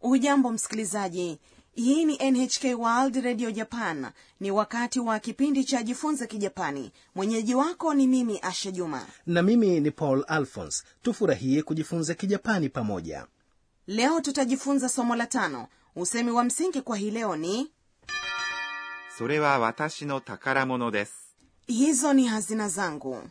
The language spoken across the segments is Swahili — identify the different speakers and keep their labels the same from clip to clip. Speaker 1: hujambo msikilizaji hii ni nhk world radio japan ni wakati wa kipindi cha jifunze kijapani mwenyeji wako ni mimi asha juma
Speaker 2: na mimi ni paul alphons tufurahie kujifunza kijapani pamoja
Speaker 1: leo tutajifunza somo la tano usemi wa msingi kwa hii leo ni
Speaker 3: それは私の宝物です。
Speaker 1: hizo ni hazina zangu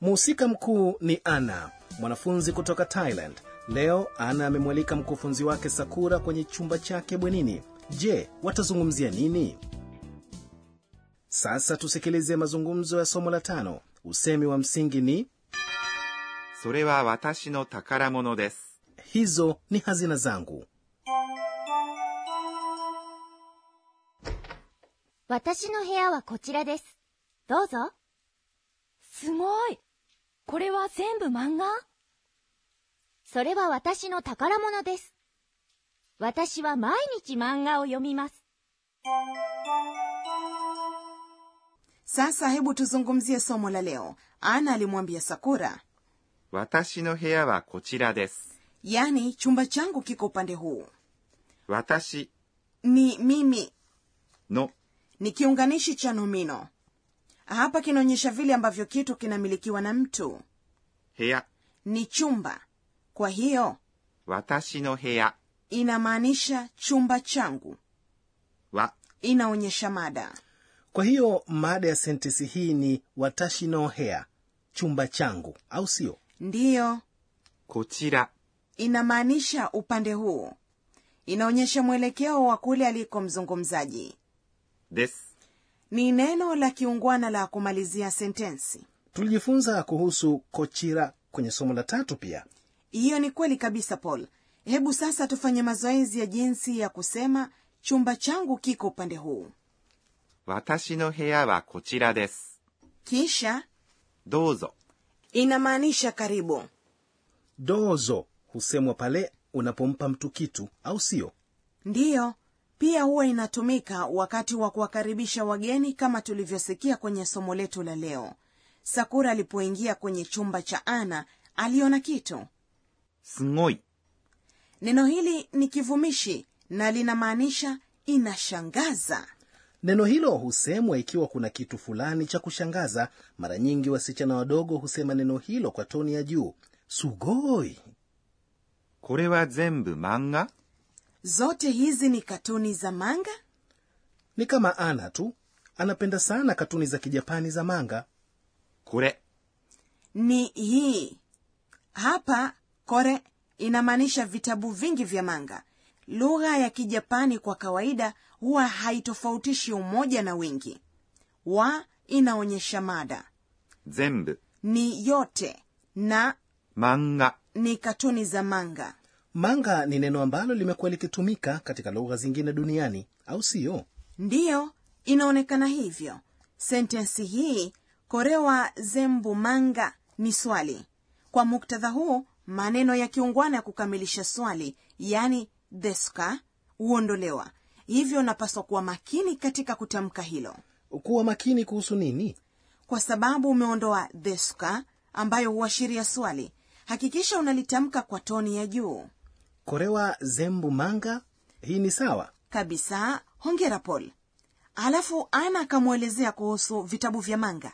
Speaker 2: mhusika mkuu ni ana mwanafunzi kutoka thailand leo ana amemwalika mkufunzi wake sakura kwenye chumba chake bwenini je watazungumzia nini sasa tusikilize mazungumzo ya somo la tano usemi wa msingi ni
Speaker 3: それは私の宝物です。
Speaker 2: hizo ni hazina zangu
Speaker 4: 私の部屋はこちらです。どうぞ。すごい。これは全部漫画それは私の宝物です。私は毎日漫画を読みます。
Speaker 1: sasa hebu tuzungumzie somo la leo ana alimwambia sakura
Speaker 3: 私の部屋はこちらです。
Speaker 1: yaani chumba changu kiko upande huu
Speaker 3: 私
Speaker 1: ni mimi
Speaker 3: の
Speaker 1: ni kiunganishi cha nomino hapa kinaonyesha vile ambavyo kitu kinamilikiwa na mtu
Speaker 3: 部屋、
Speaker 1: ni chumba kwa hiyo
Speaker 3: 私の部屋
Speaker 1: inamaanisha chumba changu
Speaker 3: は
Speaker 1: inaonyesha mada
Speaker 2: kwa hiyo mada ya sentesi hii ni watashi no hea chumba changu au sio
Speaker 1: ndiyo
Speaker 3: こちら
Speaker 1: inamaanisha upande huu inaonyesha mwelekeo wa kule aliko mzungumzaji
Speaker 3: です。
Speaker 1: ni neno la kiungwana la kumalizia sentensi
Speaker 2: tulijifunza kuhusu kochira kwenye somo la tatu pia
Speaker 1: hiyo ni kweli kabisa paul hebu sasa tufanye mazoezi ya jinsi ya kusema chumba changu kiko upande huu
Speaker 3: 私の部屋はこちらです。
Speaker 1: kisha
Speaker 3: どうぞ。
Speaker 1: inamaanisha karibu
Speaker 2: dozo husemwa pale unapompa mtu kitu au sio
Speaker 1: ndiyo pia huwa inatumika wakati wa kuwakaribisha wageni kama tulivyosikia kwenye somo letu la leo sakura alipoingia kwenye chumba cha ana aliona kitu
Speaker 3: すごい。
Speaker 1: neno hili ni kivumishi na linamaanisha inashangaza
Speaker 2: neno hilo husemwa ikiwa kuna kitu fulani cha kushangaza mara nyingi wasichana wadogo husema neno hilo kwa toni ya juu sugoi
Speaker 3: これは全部漫画
Speaker 1: zote hizi ni katuni za manga
Speaker 2: ni kama ana tu anapenda sana katuni za kijapani za manga
Speaker 3: これ、
Speaker 1: ni hii hapa kore inamaanisha vitabu vingi vya manga lugha ya kijapani kwa kawaida huwa haitofautishi umoja na wingi wa inaonyesha mada
Speaker 3: 全部、
Speaker 1: ni yote na
Speaker 3: 漫画
Speaker 1: ni katuni za manga
Speaker 2: manga ni neno ambalo limekuwa likitumika katika lugha zingine duniani au siyo
Speaker 1: ndiyo inaonekana hivyo sentensi hii korewa zembu manga ni swali kwa muktadha huu maneno ya kiungwana ya kukamilisha swali yani deska huondolewa hivyo unapaswa kuwa makini katika kutamka hilo
Speaker 2: kuwa makini kuhusu nini
Speaker 1: kwa sababu umeondoa deska ambayo huashiria swali hakikisha unalitamka kwa toni ya juu
Speaker 2: korewa zembu manga hii ni sawa
Speaker 1: kabisa hongera paul alafu ana akamwelezea kuhusu vitabu vya manga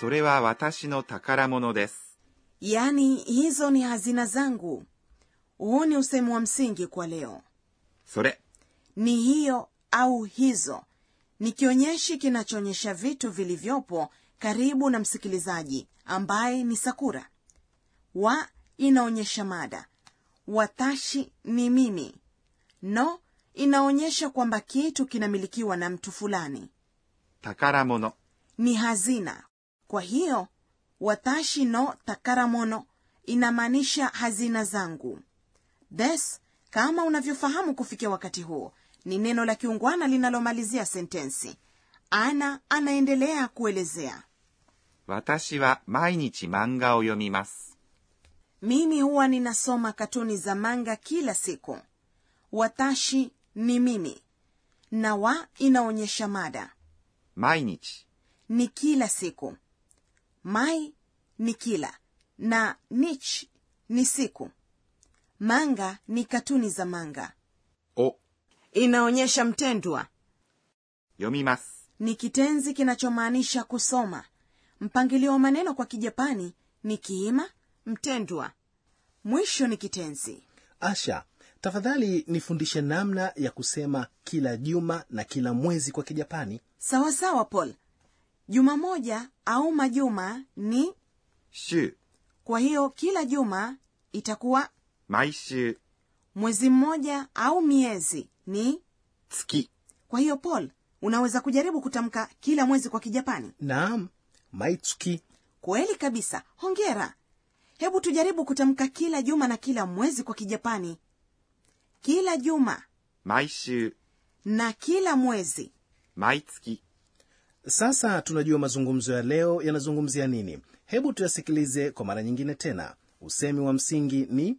Speaker 3: それは私の宝物です。
Speaker 1: yaani hizo ni hazina zangu huu ni usemi wa msingi kwa leo
Speaker 3: それ、
Speaker 1: ni hiyo au hizo ni kionyeshi kinachoonyesha vitu vilivyopo karibu na msikilizaji ambaye ni sakura wa inaonyesha mada watashi ni mimi no inaonyesha kwamba kitu kinamilikiwa na mtu fulani
Speaker 3: 宝物
Speaker 1: ni hazina kwa hiyo watashi no takaramono inamaanisha hazina zangu this kama unavyofahamu kufikia wakati huo ni neno la kiungwana linalomalizia sentensi ana anaendelea kuelezea
Speaker 3: 私は毎日漫画を読みます。
Speaker 1: mimi huwa ninasoma katuni za manga kila siku watashi ni mimi na wa inaonyesha mada
Speaker 3: 毎日、
Speaker 1: ni kila siku mai ni kila na nich ni siku manga ni katuni za manga
Speaker 3: を
Speaker 1: inaonyesha mtendwa
Speaker 3: 読みます。
Speaker 1: ni kitenzi kinachomaanisha kusoma mpangilio wa maneno kwa kijapani ni kiima mtendwa mwisho ni kitenzi
Speaker 2: asha tafadhali nifundishe namna ya kusema kila juma na kila mwezi kwa kijapani
Speaker 1: sawasawa paul juma moja au majuma ni
Speaker 3: 週、
Speaker 1: kwa hiyo kila juma itakuwa
Speaker 3: 毎週、
Speaker 1: mwezi mmoja au miezi ni
Speaker 3: 月、
Speaker 1: kwa hiyo paul unaweza kujaribu kutamka kila mwezi kwa kijapani
Speaker 2: naam maitsuki
Speaker 1: kweli kabisa hongera hebu tujaribu kutamka kila juma na kila mwezi kwa kijapani kila juma
Speaker 3: 毎週、
Speaker 1: na kila mwezi
Speaker 3: 毎月、
Speaker 2: sasa tunajua mazungumzo ya leo yanazungumzia nini hebu tuyasikilize kwa mara nyingine tena usemi wa msingi ni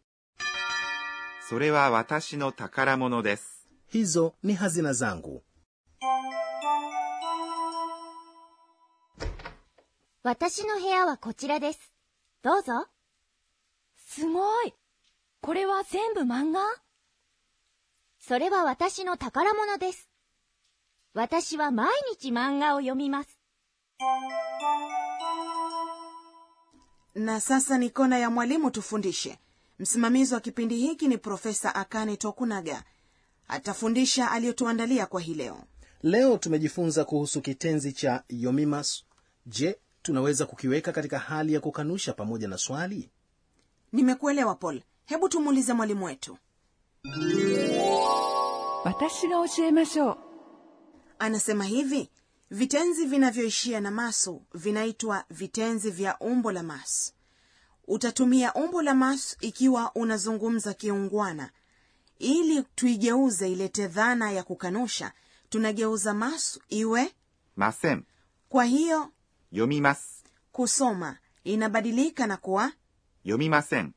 Speaker 3: それは私の宝物です。
Speaker 2: hizo ni hazina zangu
Speaker 4: 私の部屋はこちらです。どうぞ。すごい。これは全部漫画それは私の宝物です。私は毎日漫画を読みます。
Speaker 1: na sasa ni kona ya mwalimu tufundishe msimamizi wa kipindi hiki ni profesa akane tokunaga atafundisha aliyotuandalia kwa hii leo
Speaker 2: leo tumejifunza kuhusu kitenzi cha yomimas je tunaweza kukiweka katika hali ya kukanusha pamoja na swali
Speaker 1: nimekuelewa paul hebu tumuulize mwalimu wetu
Speaker 5: 私が教えましょう
Speaker 1: anasema hivi vitenzi vinavyoishia na masu vinaitwa vitenzi vya umbo la masu utatumia umbo la masu ikiwa unazungumza kiungwana ili tuigeuze ilete dhana ya kukanusha tunageuza masu iwe
Speaker 3: ません。
Speaker 1: kwa hiyo
Speaker 3: 読みます。
Speaker 1: kusoma inabadilika na kuwa
Speaker 3: 読みません。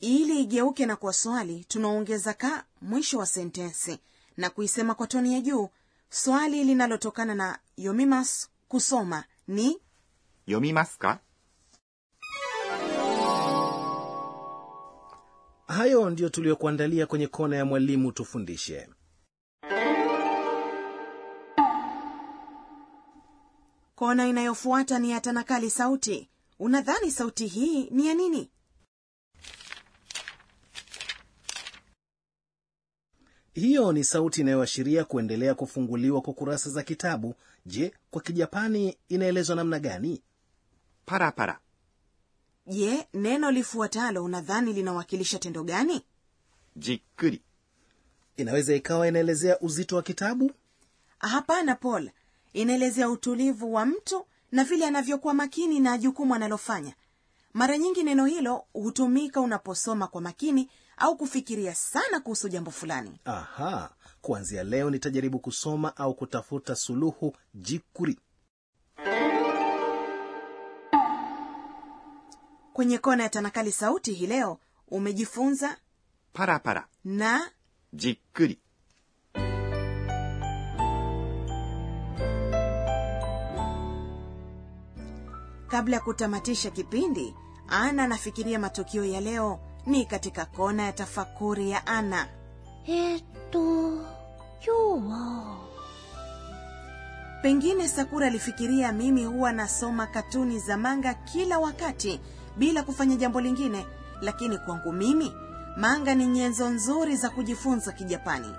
Speaker 1: ili igeuke na kuwa swali tunaongeza ka mwisho wa sentensi na kuisema kwa toni ya juu swali linalotokana na yomimas kusoma ni
Speaker 3: 読みますか
Speaker 2: hayo ndiyo tuliyokuandalia kwenye kona ya mwalimu tufundishe
Speaker 1: kona inayofuata ni ya tanakali sauti unadhani sauti hii ni ya nini
Speaker 2: hiyo ni sauti inayoashiria kuendelea kufunguliwa kwa kurasa za kitabu je kwa kijapani inaelezwa namna gani
Speaker 3: パラパラ、
Speaker 1: je neno lifuatalo unadhani linawakilisha tendo gani
Speaker 3: じっくり、
Speaker 2: inaweza ikawa inaelezea uzito wa kitabu
Speaker 1: hapana paul inaelezea utulivu wa mtu na vile anavyokuwa makini na jukumu analofanya mara nyingi neno hilo hutumika unaposoma kwa makini au kufikiria sana kuhusu jambo fulani
Speaker 2: aha kuanzia leo nitajaribu kusoma au kutafuta suluhu jikuri
Speaker 1: kwenye kona ya tanakali sauti hii leo umejifunza
Speaker 3: パラパラ、
Speaker 1: na
Speaker 3: じっくり。
Speaker 1: kabla ya kutamatisha kipindi ana anafikiria matukio ya leo ni katika kona ya tafakuri ya ana
Speaker 4: えー、っと、今日は、
Speaker 1: pengine sakura alifikiria mimi huwa nasoma katuni za manga kila wakati bila kufanya jambo lingine lakini kwangu mimi manga ni nyenzo nzuri za kujifunza kijapani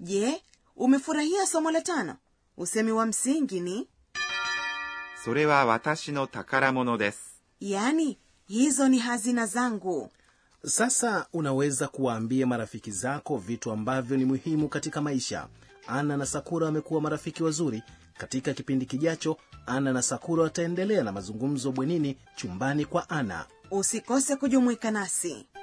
Speaker 1: je umefurahia somo la tano usemi wa msingi ni
Speaker 3: それは私の宝物です。
Speaker 1: yaani hizo ni hazina zangu
Speaker 2: sasa unaweza kuwaambia marafiki zako vitu ambavyo ni muhimu katika maisha ana na sakura wamekuwa marafiki wazuri katika kipindi kijacho ana na sakura wataendelea na mazungumzo bwenini chumbani kwa ana
Speaker 1: usikose kujumuika nasi